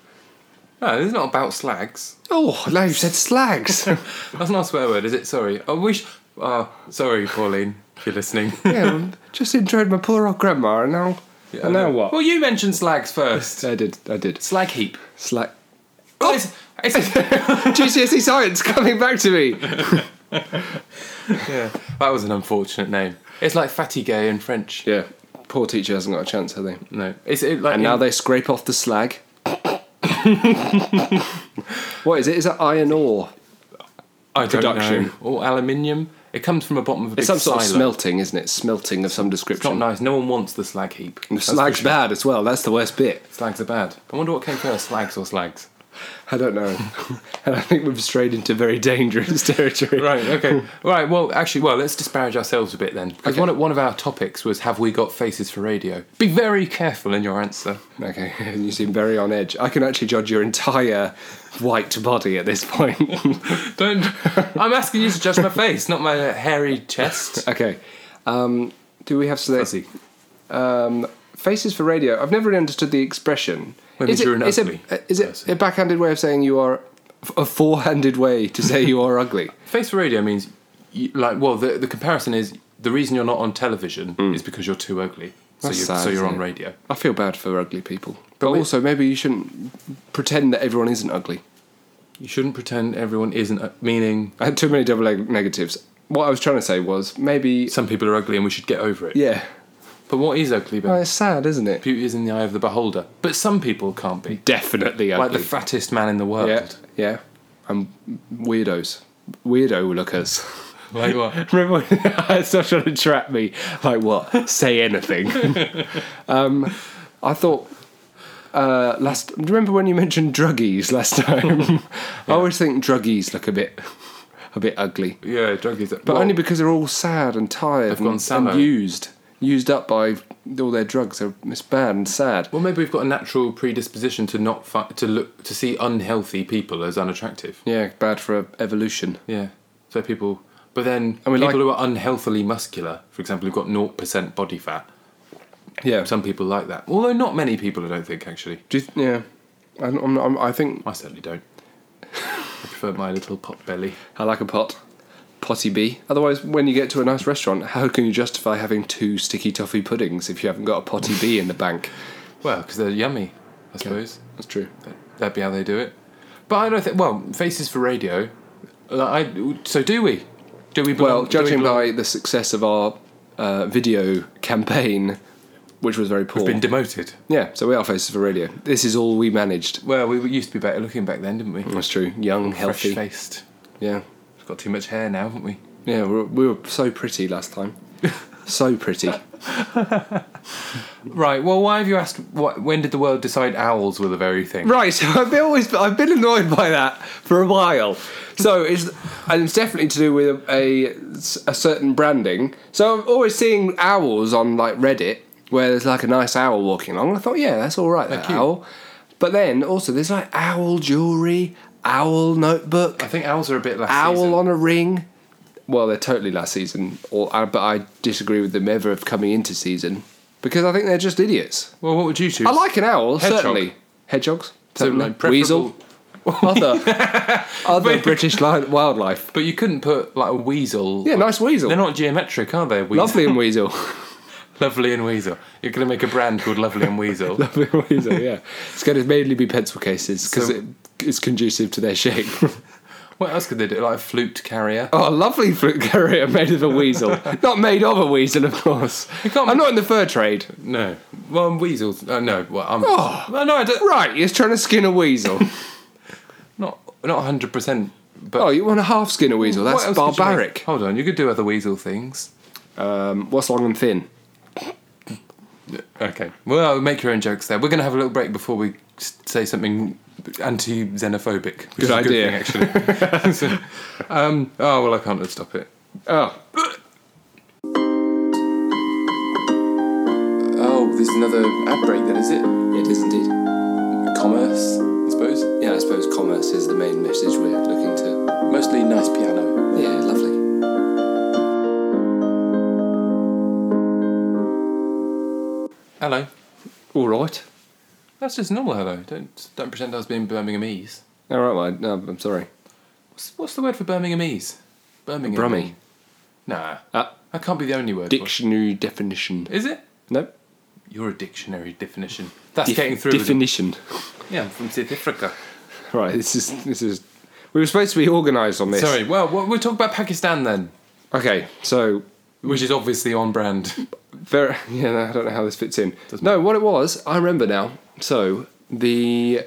Speaker 1: no, it's not about slags.
Speaker 2: Oh, now you've said slags.
Speaker 1: That's not a swear word, is it? Sorry. I wish. Oh, sorry, Pauline, if you're listening.
Speaker 2: yeah, well, just introed my poor old grandma, and now, and now what?
Speaker 1: Um, Well, you mentioned slags first.
Speaker 2: I did. I did.
Speaker 1: Slag heap.
Speaker 2: Slag.
Speaker 1: Oh, it's, it's-
Speaker 2: GCSE E science coming back to me.
Speaker 1: yeah, that was an unfortunate name. It's like fatty gay in French.
Speaker 2: Yeah, poor teacher hasn't got a chance, have they?
Speaker 1: No, it's it, like
Speaker 2: And now
Speaker 1: in-
Speaker 2: they scrape off the slag. what is it? Is that iron ore?
Speaker 1: I don't
Speaker 2: production.
Speaker 1: know. or aluminium. It comes from the bottom of a big
Speaker 2: It's some sort of
Speaker 1: silo.
Speaker 2: smelting, isn't it? Smelting of some
Speaker 1: It's not
Speaker 2: description.
Speaker 1: nice. No one wants the slag heap.
Speaker 2: And the slag's bad as well. That's the worst bit.
Speaker 1: Slags are bad. I wonder what came first, slags or slags.
Speaker 2: I don't know. and I think we've strayed into very dangerous territory.
Speaker 1: Right. Okay. right. Well, actually, well, let's disparage ourselves a bit then, because
Speaker 2: Okay.
Speaker 1: one, of- one of our topics was have we got faces for radio? Be very careful in your answer.
Speaker 2: Okay, you seem very on edge. I can actually judge your entire white body at this point.
Speaker 1: Don't. I'm asking you to judge my face, not my hairy chest.
Speaker 2: okay, um, do we have
Speaker 1: Fuzzy.
Speaker 2: select um, faces for radio? I've never really understood the expression.
Speaker 1: Maybe
Speaker 2: is
Speaker 1: you're an
Speaker 2: it, is
Speaker 1: ugly
Speaker 2: it, is it
Speaker 1: person.
Speaker 2: a backhanded way of saying you are a four-handed way to say you are ugly?
Speaker 1: Face for radio means, you, like, well, the, the comparison is the reason you're not on television is because you're too ugly. So,
Speaker 2: Hmm. That's
Speaker 1: you're,
Speaker 2: sad,
Speaker 1: so you're
Speaker 2: isn't
Speaker 1: on
Speaker 2: it?
Speaker 1: radio.
Speaker 2: I feel bad for ugly people, but,
Speaker 1: But we-
Speaker 2: also maybe you shouldn't pretend that everyone isn't ugly.
Speaker 1: You shouldn't pretend everyone isn't, uh, meaning
Speaker 2: I had too many double neg- negatives. What I was trying to say was maybe
Speaker 1: some people are ugly and we should get over it.
Speaker 2: yeah.
Speaker 1: But what is ugly, Ben?
Speaker 2: Oh, it's sad, isn't it?
Speaker 1: Beauty is in the eye of the beholder. But some people can't be.
Speaker 2: Definitely
Speaker 1: Like the fattest man in the world.
Speaker 2: yeah, yeah. I'm weirdos. Weirdo lookers.
Speaker 1: Like what?
Speaker 2: Remember when stop trying to trap me? Like what? Say anything. um, I thought uh, last. Do you remember when you mentioned druggies last time? I always think druggies look a bit, a bit ugly,
Speaker 1: Yeah, druggies. But
Speaker 2: but only because they're all sad and tired
Speaker 1: gone
Speaker 2: and,
Speaker 1: samo.
Speaker 2: and used, used up by all their drugs. So It's bad and sad.
Speaker 1: well, maybe we've got a natural predisposition to not fi- to look to see unhealthy people as unattractive.
Speaker 2: Yeah, bad for uh, evolution.
Speaker 1: Yeah. So people, but then
Speaker 2: And we
Speaker 1: people
Speaker 2: like-
Speaker 1: who are unhealthily muscular, for example, who've got 0% body fat.
Speaker 2: Yeah.
Speaker 1: Some people like that. Although not many people, I don't think actually.
Speaker 2: Do you th- yeah, I, don't- I'm not, I'm, I think
Speaker 1: I certainly don't. I prefer my little pot belly.
Speaker 2: I like a pot, potty bee. Otherwise, when you get to a nice restaurant, how can you justify having two sticky toffee puddings if you haven't got a potty bee in the bank?
Speaker 1: Well, because they're yummy, I suppose.
Speaker 2: That's true.
Speaker 1: That- That'd be how they do it. But I don't think. Well, faces for radio. Like, I, so do we? Do we? Belong, do
Speaker 2: Well,
Speaker 1: we
Speaker 2: judging
Speaker 1: belong-
Speaker 2: by the success of our uh, video campaign, which was very poor.
Speaker 1: been demoted.
Speaker 2: yeah, so we are faces for radio. This is all we managed.
Speaker 1: Well, we used to be better looking back then, didn't we?
Speaker 2: That's true. Young,
Speaker 1: Fresh
Speaker 2: Mm. healthy.
Speaker 1: faced.
Speaker 2: Yeah,
Speaker 1: We've got too much hair now, haven't we?
Speaker 2: yeah. We were, we were so pretty last time. so pretty.
Speaker 1: Right. Well, why have you asked? What, when did the world decide owls were the very thing?
Speaker 2: Right, so I've been always I've been annoyed by that for a while. So it's and it's definitely to do with a, a certain branding. So I'm always seeing owls on like Reddit where there's like a nice owl walking along. I thought, yeah, that's all right, that
Speaker 1: cute.
Speaker 2: owl. But then also there's like owl jewelry, owl notebook,
Speaker 1: I think owls are a bit last
Speaker 2: owl
Speaker 1: season.
Speaker 2: on a ring. Well, they're totally last season, or uh, but I disagree with them ever of coming into season because I think they're just idiots.
Speaker 1: Well, what would you choose?
Speaker 2: I like an owl,
Speaker 1: Hedgehog.
Speaker 2: certainly. Hedgehogs,
Speaker 1: So,
Speaker 2: certainly.
Speaker 1: like, preferable-
Speaker 2: Weasel, other other
Speaker 1: But-
Speaker 2: British li- wildlife.
Speaker 1: But you couldn't put like a weasel.
Speaker 2: Yeah, nice weasel.
Speaker 1: They're not geometric, are they? Weasel?
Speaker 2: Lovely and weasel.
Speaker 1: Lovely and weasel. You're going to make a brand called Lovely and Weasel.
Speaker 2: Lovely and weasel. Yeah, it's going to mainly be pencil cases because
Speaker 1: So-
Speaker 2: it is conducive to their shape.
Speaker 1: What else could they do? Like a flute carrier.
Speaker 2: oh, a lovely fruit carrier made of a weasel, not made of a weasel, of course.
Speaker 1: can't-
Speaker 2: I'm not in the fur trade.
Speaker 1: No. Well, weasels. Uh, no. Well, I'm.
Speaker 2: Oh.
Speaker 1: Well, no, I don't,
Speaker 2: Right, you're trying to skin a weasel.
Speaker 1: not not hundred percent. But
Speaker 2: oh, you want to half skin a weasel?
Speaker 1: What
Speaker 2: That's
Speaker 1: else could you make?
Speaker 2: barbaric.
Speaker 1: Hold on, you could do other weasel things.
Speaker 2: Um, what's long and thin?
Speaker 1: Okay. Well, make your own jokes there. We're going to have a little break before we s- say something anti-xenophobic. Which
Speaker 2: Good idea.
Speaker 1: thing, actually. So, um, oh well, I can't stop it.
Speaker 2: Oh,
Speaker 1: Oh, there's another ad break then, is it?
Speaker 2: it is indeed.
Speaker 1: commerce, I suppose.
Speaker 2: Yeah, I suppose commerce is the main message we're looking to.
Speaker 1: Mostly nice piano.
Speaker 2: Yeah, lovely.
Speaker 1: Hello.
Speaker 2: All right.
Speaker 1: That's just normal hello. Don't don't pretend I was being Birminghamese.
Speaker 2: All right, mate. No, I'm sorry.
Speaker 1: What's, what's the word for Birminghamese? Birmingham.
Speaker 2: Brummy.
Speaker 1: Nah.
Speaker 2: Uh,
Speaker 1: That can't be the only word. for it.
Speaker 2: dictionary definition.
Speaker 1: Is it?
Speaker 2: Nope.
Speaker 1: You're a dictionary definition. That's
Speaker 2: Dif-
Speaker 1: getting through. with it.
Speaker 2: Definition.
Speaker 1: Yeah, I'm from South Africa.
Speaker 2: Right. This is this is. We were supposed to be organised on this.
Speaker 1: Sorry. Well, we'll we'll talk about Pakistan then,
Speaker 2: Okay. So
Speaker 1: which is obviously on brand.
Speaker 2: Very, yeah, no, I don't know how this fits in. no, what it was, I remember now. So the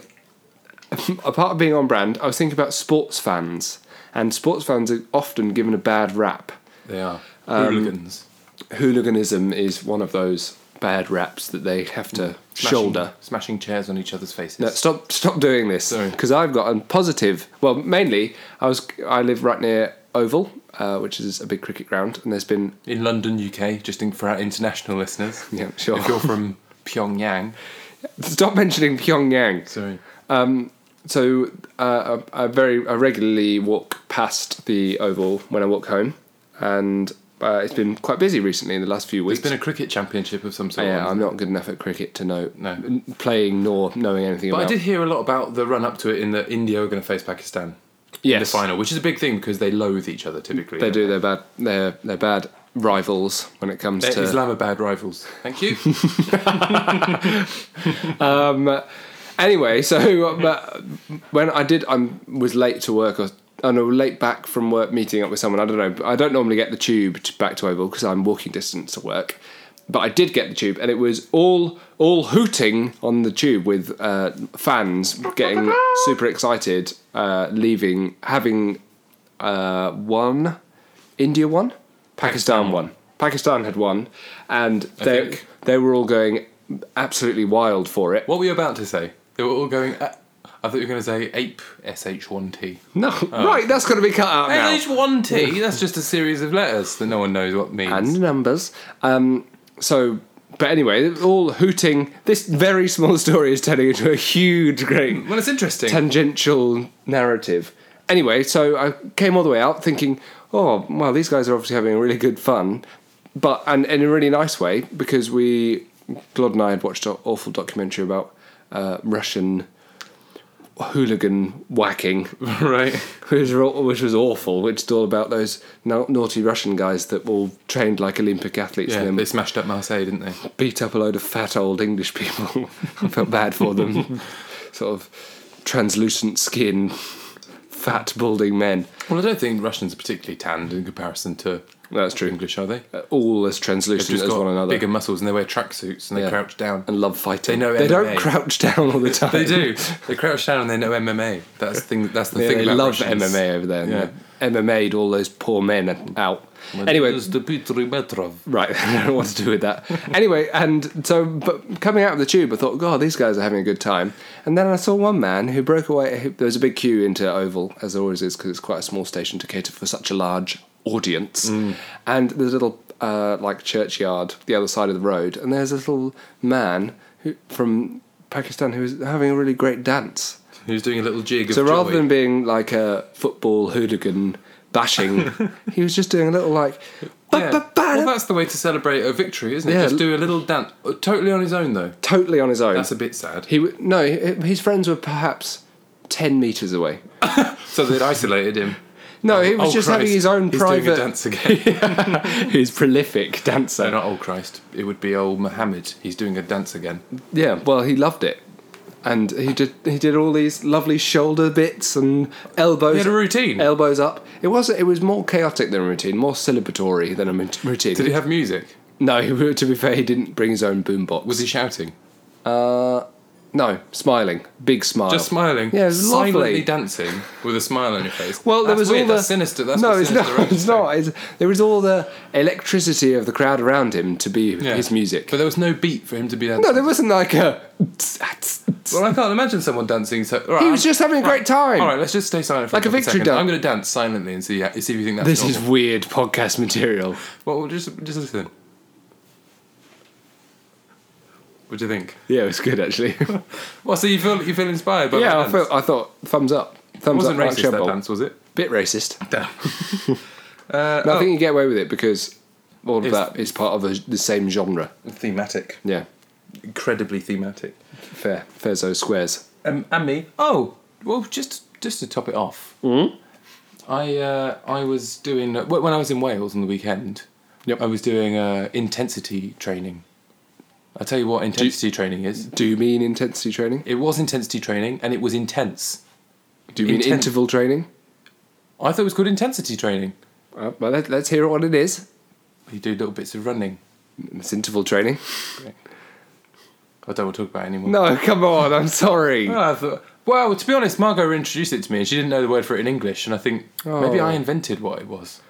Speaker 2: apart of being on brand, I was thinking about sports fans, and sports fans are often given a bad rap.
Speaker 1: They are hooligans.
Speaker 2: Um, Hooliganism is one of those bad raps that they have to
Speaker 1: Smashing-
Speaker 2: shoulder.
Speaker 1: smashing chairs on each other's faces.
Speaker 2: No, stop! Stop doing this
Speaker 1: Sorry.
Speaker 2: because I've got a positive. Well, mainly I was I live right near Oval, uh, which is a big cricket ground, and there's been
Speaker 1: In London, UK, just in, for our international listeners.
Speaker 2: yeah sure.
Speaker 1: If you're from Pyongyang,
Speaker 2: Stop mentioning Pyongyang.
Speaker 1: sorry.
Speaker 2: So uh, I I very I regularly walk past the Oval when I walk home, and uh, it's been quite busy recently in the last few weeks.
Speaker 1: There's been a cricket championship of some sort.
Speaker 2: yeah, I'm not good enough at cricket to know
Speaker 1: No.
Speaker 2: n- playing nor knowing anything
Speaker 1: but I
Speaker 2: about.
Speaker 1: did hear a lot about the run up to it in that India are going to face Pakistan in the
Speaker 2: Yes.
Speaker 1: final, which is a big thing because they loathe each other typically.
Speaker 2: They do. They're bad. They're they're bad rivals when it comes
Speaker 1: They're
Speaker 2: to
Speaker 1: Islamabad rivals. Thank you.
Speaker 2: Um, anyway, so um, uh, when I did, I was late to work. Or, I know late back from work, meeting up with someone. I don't know. but I don't normally get the tube to, back to Oval because I'm walking distance to work. But I did get the tube, and it was all all hooting on the tube with uh, fans getting super excited, uh, leaving, having uh, won, India won, Pakistan won. Pakistan had won, and they
Speaker 1: think.
Speaker 2: they were all going absolutely wild for it.
Speaker 1: what were you about to say? They were all going. Uh, I thought you were going to say ape sh1t.
Speaker 2: No, right, that's got to be cut out now.
Speaker 1: sh1t. That's just a series of letters that no one knows what means.
Speaker 2: And numbers. Um, so, but anyway, it was all hooting. This very small story is turning into a huge, great
Speaker 1: well, it's interesting.
Speaker 2: tangential narrative. Anyway, so I came all the way out thinking, oh, well, these guys are obviously having really good fun, but and in a really nice way because we, Glod and I had watched an awful documentary about uh, Russian hooligan whacking.
Speaker 1: right.
Speaker 2: which, were all- which was awful. Which is all about those na- naughty Russian guys that all trained like Olympic athletes
Speaker 1: Yeah,
Speaker 2: and
Speaker 1: they
Speaker 2: then
Speaker 1: smashed up Marseille, didn't they?
Speaker 2: beat up a load of fat old English people. I felt bad for them. sort of translucent skin, fat balding men.
Speaker 1: Well, I don't think Russians are particularly tanned in comparison to
Speaker 2: That's true.
Speaker 1: English, are they?
Speaker 2: Uh, All as translucent
Speaker 1: Just
Speaker 2: as
Speaker 1: got
Speaker 2: one another.
Speaker 1: bigger muscles and they wear tracksuits and they
Speaker 2: Yeah.
Speaker 1: crouch down.
Speaker 2: and love fighting.
Speaker 1: They know
Speaker 2: they don't
Speaker 1: MMA.
Speaker 2: crouch down all the time.
Speaker 1: They do. They crouch down and they know MMA. That's the thing. That's the
Speaker 2: Yeah,
Speaker 1: thing.
Speaker 2: they
Speaker 1: about
Speaker 2: love
Speaker 1: Russians.
Speaker 2: MMA over there.
Speaker 1: Yeah.
Speaker 2: and they MMA'd all those poor men out. Anyway,
Speaker 1: There's the Dmitry Petrov.
Speaker 2: Right, I don't know what to do with that. anyway, and so but coming out of the tube, I thought, God, these guys are having a good time. And then I saw one man who broke away. who- There was a big queue into Oval, as there always is, because it's quite a small station to cater for such a large audience.
Speaker 1: Mm.
Speaker 2: And there's a little uh, like churchyard the other side of the road, and there's a little man who, from Pakistan who was having a really great dance.
Speaker 1: He was doing a little jig.
Speaker 2: So
Speaker 1: of
Speaker 2: rather
Speaker 1: joy.
Speaker 2: than being like a football hooligan bashing, he was just doing a little like.
Speaker 1: Yeah. Well,
Speaker 2: "Ba-ba-ba-da-"
Speaker 1: that's the way to celebrate a victory, isn't it?
Speaker 2: Yeah.
Speaker 1: Just do a little dance, totally on his own though.
Speaker 2: totally on his own.
Speaker 1: That's a bit sad.
Speaker 2: He w- no, h- his friends were perhaps ten meters away.
Speaker 1: So they'd isolated him.
Speaker 2: No, he was
Speaker 1: Oh,
Speaker 2: just
Speaker 1: Christ,
Speaker 2: having his own
Speaker 1: he's
Speaker 2: private.
Speaker 1: Doing a dance again.
Speaker 2: He's prolific dancer.
Speaker 1: no, not old Christ. It would be old Mohammed. He's doing a dance again.
Speaker 2: Yeah, well, he loved it, and he did. He did all these lovely shoulder bits and elbows.
Speaker 1: He had a routine.
Speaker 2: Elbows up. It was. It was more chaotic than a routine, more celebratory than a min- routine.
Speaker 1: Did he have music?
Speaker 2: no, he- to be fair, he didn't bring his own boombox.
Speaker 1: Was he shouting?
Speaker 2: No, smiling, big smile.
Speaker 1: Just smiling.
Speaker 2: Oh. Yeah, it was
Speaker 1: silently
Speaker 2: lovely.
Speaker 1: dancing with a smile on your face.
Speaker 2: Well, there
Speaker 1: That's
Speaker 2: was
Speaker 1: weird.
Speaker 2: all the
Speaker 1: That's sinister. That's
Speaker 2: no,
Speaker 1: what
Speaker 2: it's
Speaker 1: sinister
Speaker 2: not.
Speaker 1: is.
Speaker 2: It's not. It's, there was all the electricity of the crowd around him to be
Speaker 1: Yeah.
Speaker 2: his music.
Speaker 1: But there was no beat for him to be dancing.
Speaker 2: no, there wasn't like a. tss, ah, tss, tss.
Speaker 1: Well, I can't imagine someone dancing. So all right,
Speaker 2: He was just having a great time.
Speaker 1: All right, let's just stay silent for
Speaker 2: Like a
Speaker 1: couple
Speaker 2: victory
Speaker 1: seconds.
Speaker 2: dance.
Speaker 1: I'm going to dance silently and see uh, see if you think that's
Speaker 2: This is
Speaker 1: normal.
Speaker 2: weird podcast material.
Speaker 1: well. Just just listen. What do you think?
Speaker 2: Yeah, it was good actually.
Speaker 1: Well, so you feel you feel inspired by
Speaker 2: yeah,
Speaker 1: that
Speaker 2: I, felt, I thought thumbs up.
Speaker 1: it
Speaker 2: Thumbs
Speaker 1: wasn't
Speaker 2: up.
Speaker 1: racist that
Speaker 2: Bowl.
Speaker 1: dance, was it? Uh,
Speaker 2: Bit racist.
Speaker 1: Damn.
Speaker 2: No, I think you get away with it because all of
Speaker 1: It's-
Speaker 2: that is part of a, the same genre.
Speaker 1: oh. Thematic,
Speaker 2: Yeah,
Speaker 1: incredibly thematic.
Speaker 2: fair. Fair those squares.
Speaker 1: Um, and me. Oh, well, just just to top it off,
Speaker 2: Mm-hmm.
Speaker 1: I uh, I was doing wh- when I was in Wales on the weekend.
Speaker 2: Yep.
Speaker 1: I was doing uh, intensity training. I'll tell you what intensity training is.
Speaker 2: Do you mean intensity training?
Speaker 1: It was intensity training, and it was intense.
Speaker 2: Do you mean
Speaker 1: Inten-
Speaker 2: interval training?
Speaker 1: I thought it was called intensity training.
Speaker 2: Uh, well, let, let's hear what it is.
Speaker 1: You do little bits of running.
Speaker 2: It's interval training.
Speaker 1: I don't want to talk about it anymore.
Speaker 2: No, come on. I'm sorry.
Speaker 1: Well, I thought, well, to be honest, Margot introduced it to me, and she didn't know the word for it in English. And I think maybe
Speaker 2: Oh.
Speaker 1: I invented what it was.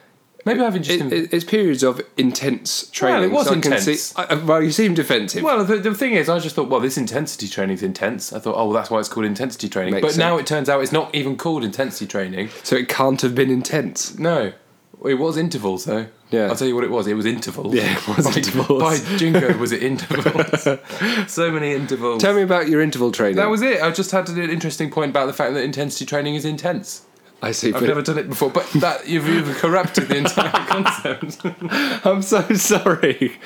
Speaker 1: Maybe I've just
Speaker 2: It, it, it's periods of intense
Speaker 1: Well,
Speaker 2: training.
Speaker 1: it was
Speaker 2: so I can
Speaker 1: intense.
Speaker 2: see- I- I- well, you seem defensive.
Speaker 1: Well, the, the thing is, I just thought, well, this intensity training is intense. I thought, oh, well, that's why it's called intensity training.
Speaker 2: Makes
Speaker 1: but now it turns out it's not even called intensity training.
Speaker 2: so it can't have been intense.
Speaker 1: No, it was intervals though.
Speaker 2: Yeah.
Speaker 1: I'll tell you what it was. It was intervals.
Speaker 2: Yeah, it was
Speaker 1: by,
Speaker 2: intervals.
Speaker 1: By jingo, was it intervals? so many intervals.
Speaker 2: Tell me about your interval training.
Speaker 1: that was it. I just had to do an interesting point about the fact that intensity training is intense.
Speaker 2: I see.
Speaker 1: I've
Speaker 2: but-
Speaker 1: never done it before, but that you've, you've corrupted the entire concept.
Speaker 2: I'm so sorry.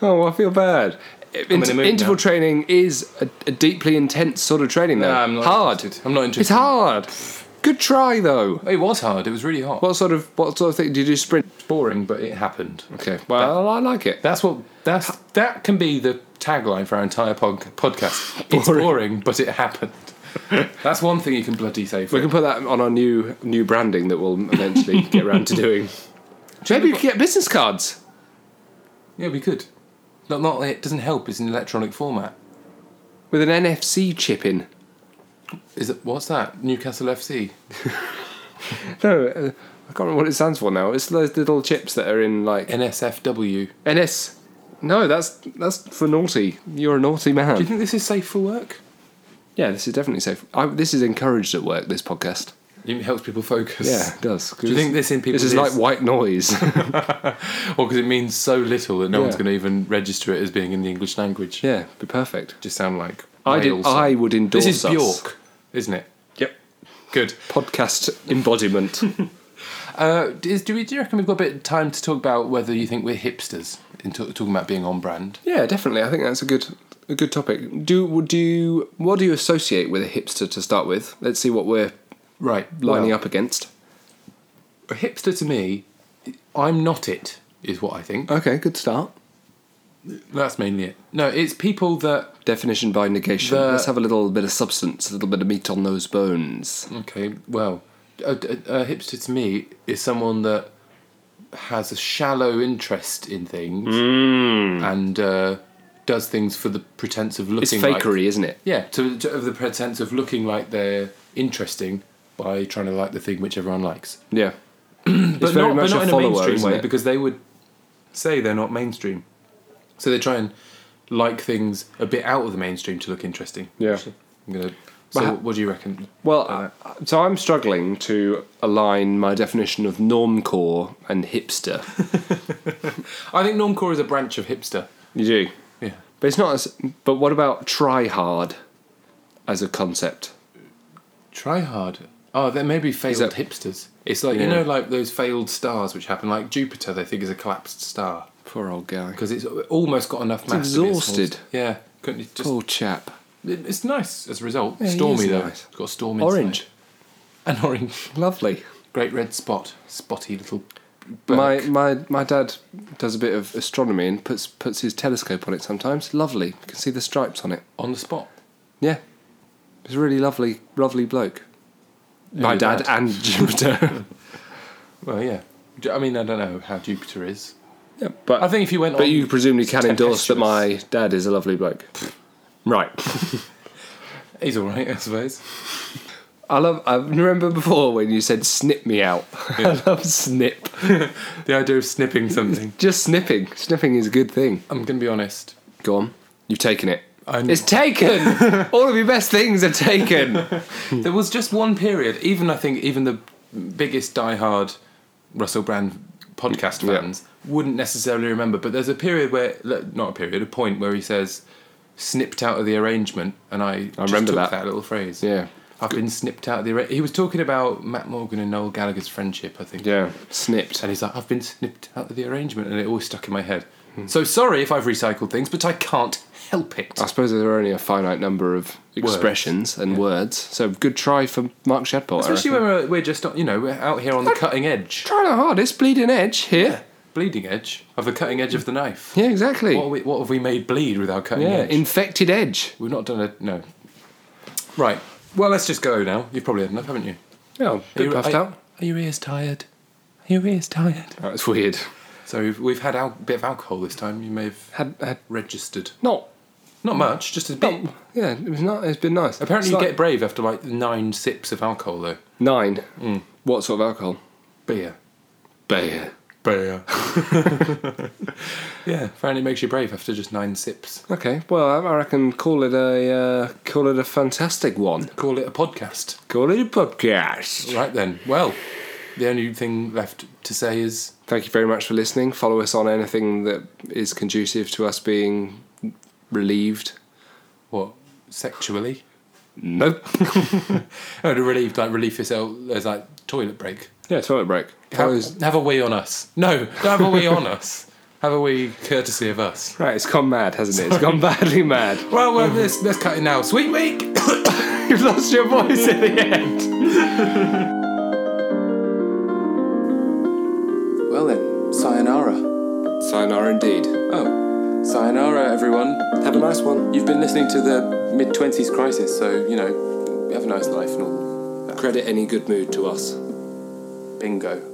Speaker 2: Oh, I feel bad.
Speaker 1: in a mood
Speaker 2: interval
Speaker 1: now.
Speaker 2: training is a, a deeply intense sort of training, though.
Speaker 1: No, I'm not
Speaker 2: hard.
Speaker 1: interested. I'm not
Speaker 2: It's
Speaker 1: interested.
Speaker 2: hard. Good try, though.
Speaker 1: It was hard. It was really hot.
Speaker 2: What sort of what sort of thing do you do? Sprint.
Speaker 1: It's boring, but it happened.
Speaker 2: Okay. Well, I like it.
Speaker 1: That's what that's that can be the tagline for our entire pod, podcast. It's boring. but it happened. That's one thing you can bloody say. For
Speaker 2: We can put that on our new new branding that we'll eventually get around to doing. Maybe we could get business cards.
Speaker 1: Yeah, we could. Not, not it doesn't help. It's an electronic format.
Speaker 2: With an NFC chip in.
Speaker 1: Is it what's that? Newcastle FC.
Speaker 2: No, uh, I can't remember what it stands for now. It's those little chips that are in like
Speaker 1: NSFW. Do
Speaker 2: NS. No, that's that's for naughty. You're a naughty man.
Speaker 1: you think this is safe for work?
Speaker 2: Yeah, this is definitely safe. I, this is encouraged at work. This podcast.
Speaker 1: It helps people focus.
Speaker 2: Yeah, it does.
Speaker 1: Do you think this in people's
Speaker 2: This is
Speaker 1: ears?
Speaker 2: like white noise.
Speaker 1: Or because it means so little that no one's
Speaker 2: Yeah.
Speaker 1: going to even register it as being in the English language.
Speaker 2: yeah, be perfect.
Speaker 1: Just sound like
Speaker 2: I did,
Speaker 1: Wales.
Speaker 2: I would endorse
Speaker 1: This is
Speaker 2: us.
Speaker 1: Bjork, isn't it?
Speaker 2: Yep.
Speaker 1: Good.
Speaker 2: Podcast embodiment.
Speaker 1: Uh, is, do, we, do you reckon we've got a bit of time to talk about whether you think we're hipsters in t- talking about being on brand?
Speaker 2: yeah, definitely. I think that's a good a good topic. Do would do you- what do you associate with a hipster to start with? Let's see what we're
Speaker 1: Right,
Speaker 2: lining up against.
Speaker 1: A hipster to me, I'm not it, is what I think.
Speaker 2: Okay, good start.
Speaker 1: That's mainly it. No, it's people that.
Speaker 2: Definition by negation.
Speaker 1: The-
Speaker 2: Let's have a little bit of substance, a little bit of meat on those bones.
Speaker 1: Okay, well, a, a, a hipster to me is someone that has a shallow interest in things
Speaker 2: Hmm.
Speaker 1: and uh, does things for the pretense of
Speaker 2: Mm. It's
Speaker 1: looking like-
Speaker 2: fakery, isn't it?
Speaker 1: Yeah, to, to of the pretense of looking like they're interesting by trying to like the thing which everyone likes.
Speaker 2: Yeah.
Speaker 1: but
Speaker 2: It's very
Speaker 1: not,
Speaker 2: much
Speaker 1: but
Speaker 2: a
Speaker 1: not in
Speaker 2: follower,
Speaker 1: a mainstream
Speaker 2: isn't
Speaker 1: way
Speaker 2: it?
Speaker 1: because they would say they're not mainstream. So they try and like things a bit out of the mainstream to look interesting.
Speaker 2: Yeah.
Speaker 1: I'm gonna, so
Speaker 2: ha-
Speaker 1: what do you reckon?
Speaker 2: Well,
Speaker 1: about
Speaker 2: I- so I'm struggling to align my definition of normcore and hipster.
Speaker 1: I think normcore is a branch of hipster.
Speaker 2: you do,
Speaker 1: Yeah.
Speaker 2: but it's not as. But what about try hard as a concept?
Speaker 1: Try hard. Oh, there may be failed
Speaker 2: that-
Speaker 1: hipsters. It's like
Speaker 2: Yeah.
Speaker 1: you know, like those failed stars which happen. Like Jupiter, they think is a collapsed star
Speaker 2: Poor old guy.
Speaker 1: because it's almost got enough mass. to be a small-
Speaker 2: exhausted.
Speaker 1: yeah, couldn't you just?
Speaker 2: Poor chap.
Speaker 1: it- It's nice as a result.
Speaker 2: Yeah, it
Speaker 1: stormy
Speaker 2: is
Speaker 1: though.
Speaker 2: nice.
Speaker 1: It's got a stormy.
Speaker 2: Orange.
Speaker 1: An orange.
Speaker 2: Lovely.
Speaker 1: Great red spot, spotty little. My
Speaker 2: My my my dad does a bit of astronomy and puts puts his telescope on it sometimes. Lovely. You can see the stripes on it.
Speaker 1: on the spot.
Speaker 2: Yeah. He's a really lovely, lovely bloke. My
Speaker 1: your
Speaker 2: dad,
Speaker 1: dad?
Speaker 2: and Jupiter.
Speaker 1: Well, yeah. Ju- I mean, I don't know how Jupiter is.
Speaker 2: yeah, but
Speaker 1: I think if you went
Speaker 2: But
Speaker 1: on,
Speaker 2: you presumably can endorse that
Speaker 1: tempestuous.
Speaker 2: my dad is a lovely bloke. Right.
Speaker 1: he's all right, I suppose.
Speaker 2: I love. I remember before when you said snip me out. I love snip.
Speaker 1: The idea of snipping something.
Speaker 2: Just snipping. Snipping is a good thing.
Speaker 1: I'm gonna be honest.
Speaker 2: Go on. You've taken it.
Speaker 1: I know.
Speaker 2: It's taken. All of your best things are taken.
Speaker 1: There was just one period. Even I think even the biggest diehard Russell Brand podcast
Speaker 2: Yeah.
Speaker 1: fans wouldn't necessarily remember. But there's a period where, le- not a period, a point where he says, snipped out of the arrangement, and I, just
Speaker 2: remember
Speaker 1: took
Speaker 2: that.
Speaker 1: little phrase.
Speaker 2: Yeah.
Speaker 1: I've been snipped out of the. Arra- he was talking about Matt Morgan and Noel Gallagher's friendship, I think.
Speaker 2: Yeah. Snipped.
Speaker 1: And he's like, I've been snipped out of the arrangement, and it always stuck in my head. So sorry if I've recycled things, but I can't help it.
Speaker 2: I suppose there are only a finite number of expressions and words. So good try for Mark Shadbolt. I
Speaker 1: Especially
Speaker 2: reckon.
Speaker 1: when we're, we're just, you know, we're out here on the cutting edge,
Speaker 2: trying the hardest, bleeding edge here.
Speaker 1: bleeding edge of the cutting edge of the knife.
Speaker 2: Yeah, exactly.
Speaker 1: What, have we, what have we made bleed with our cutting
Speaker 2: yeah,
Speaker 1: edge?
Speaker 2: infected edge.
Speaker 1: We've not done it. No. Right. Well, let's just go now. You've probably had enough, haven't you?
Speaker 2: Oh, bit
Speaker 1: you-
Speaker 2: puffed
Speaker 1: are,
Speaker 2: out.
Speaker 1: Are your ears tired? Are your ears tired?
Speaker 2: That was weird.
Speaker 1: So we've, we've had a al- bit of alcohol this time. You may have
Speaker 2: Had had
Speaker 1: registered.
Speaker 2: not.
Speaker 1: Not much, just a bit.
Speaker 2: not yeah, it was not. It's been nice.
Speaker 1: Apparently,
Speaker 2: It's
Speaker 1: you
Speaker 2: like
Speaker 1: get brave after like nine sips of alcohol, though.
Speaker 2: nine. What sort of alcohol?
Speaker 1: Beer.
Speaker 2: Beer.
Speaker 1: Beer. yeah, apparently it makes you brave after just nine sips.
Speaker 2: Okay. Well, I I reckon call it a uh, call it a fantastic one.
Speaker 1: Call it a podcast.
Speaker 2: Call it a podcast.
Speaker 1: Right then. Well, the only thing left to say is
Speaker 2: Thank you very much for listening. Follow us on anything that is conducive to us being relieved.
Speaker 1: what? Sexually?
Speaker 2: Nope.
Speaker 1: Oh, to relieve, like relief yourself as like toilet break.
Speaker 2: yeah, toilet break.
Speaker 1: Have,
Speaker 2: Follow us-
Speaker 1: have a wee on us. No, don't have a wee on us. Have a wee courtesy of us.
Speaker 2: Right, it's gone mad, hasn't it? It's gone badly mad.
Speaker 1: Well, well let's, let's cut it now. Sweet week!
Speaker 2: You've lost your voice at the end.
Speaker 1: Well then, sayonara.
Speaker 2: Sayonara indeed.
Speaker 1: Oh, sayonara, everyone.
Speaker 2: Have a nice one.
Speaker 1: You've been listening to the mid 20s crisis, so, you know, have a nice life and all.
Speaker 2: Credit any good mood to us.
Speaker 1: Bingo.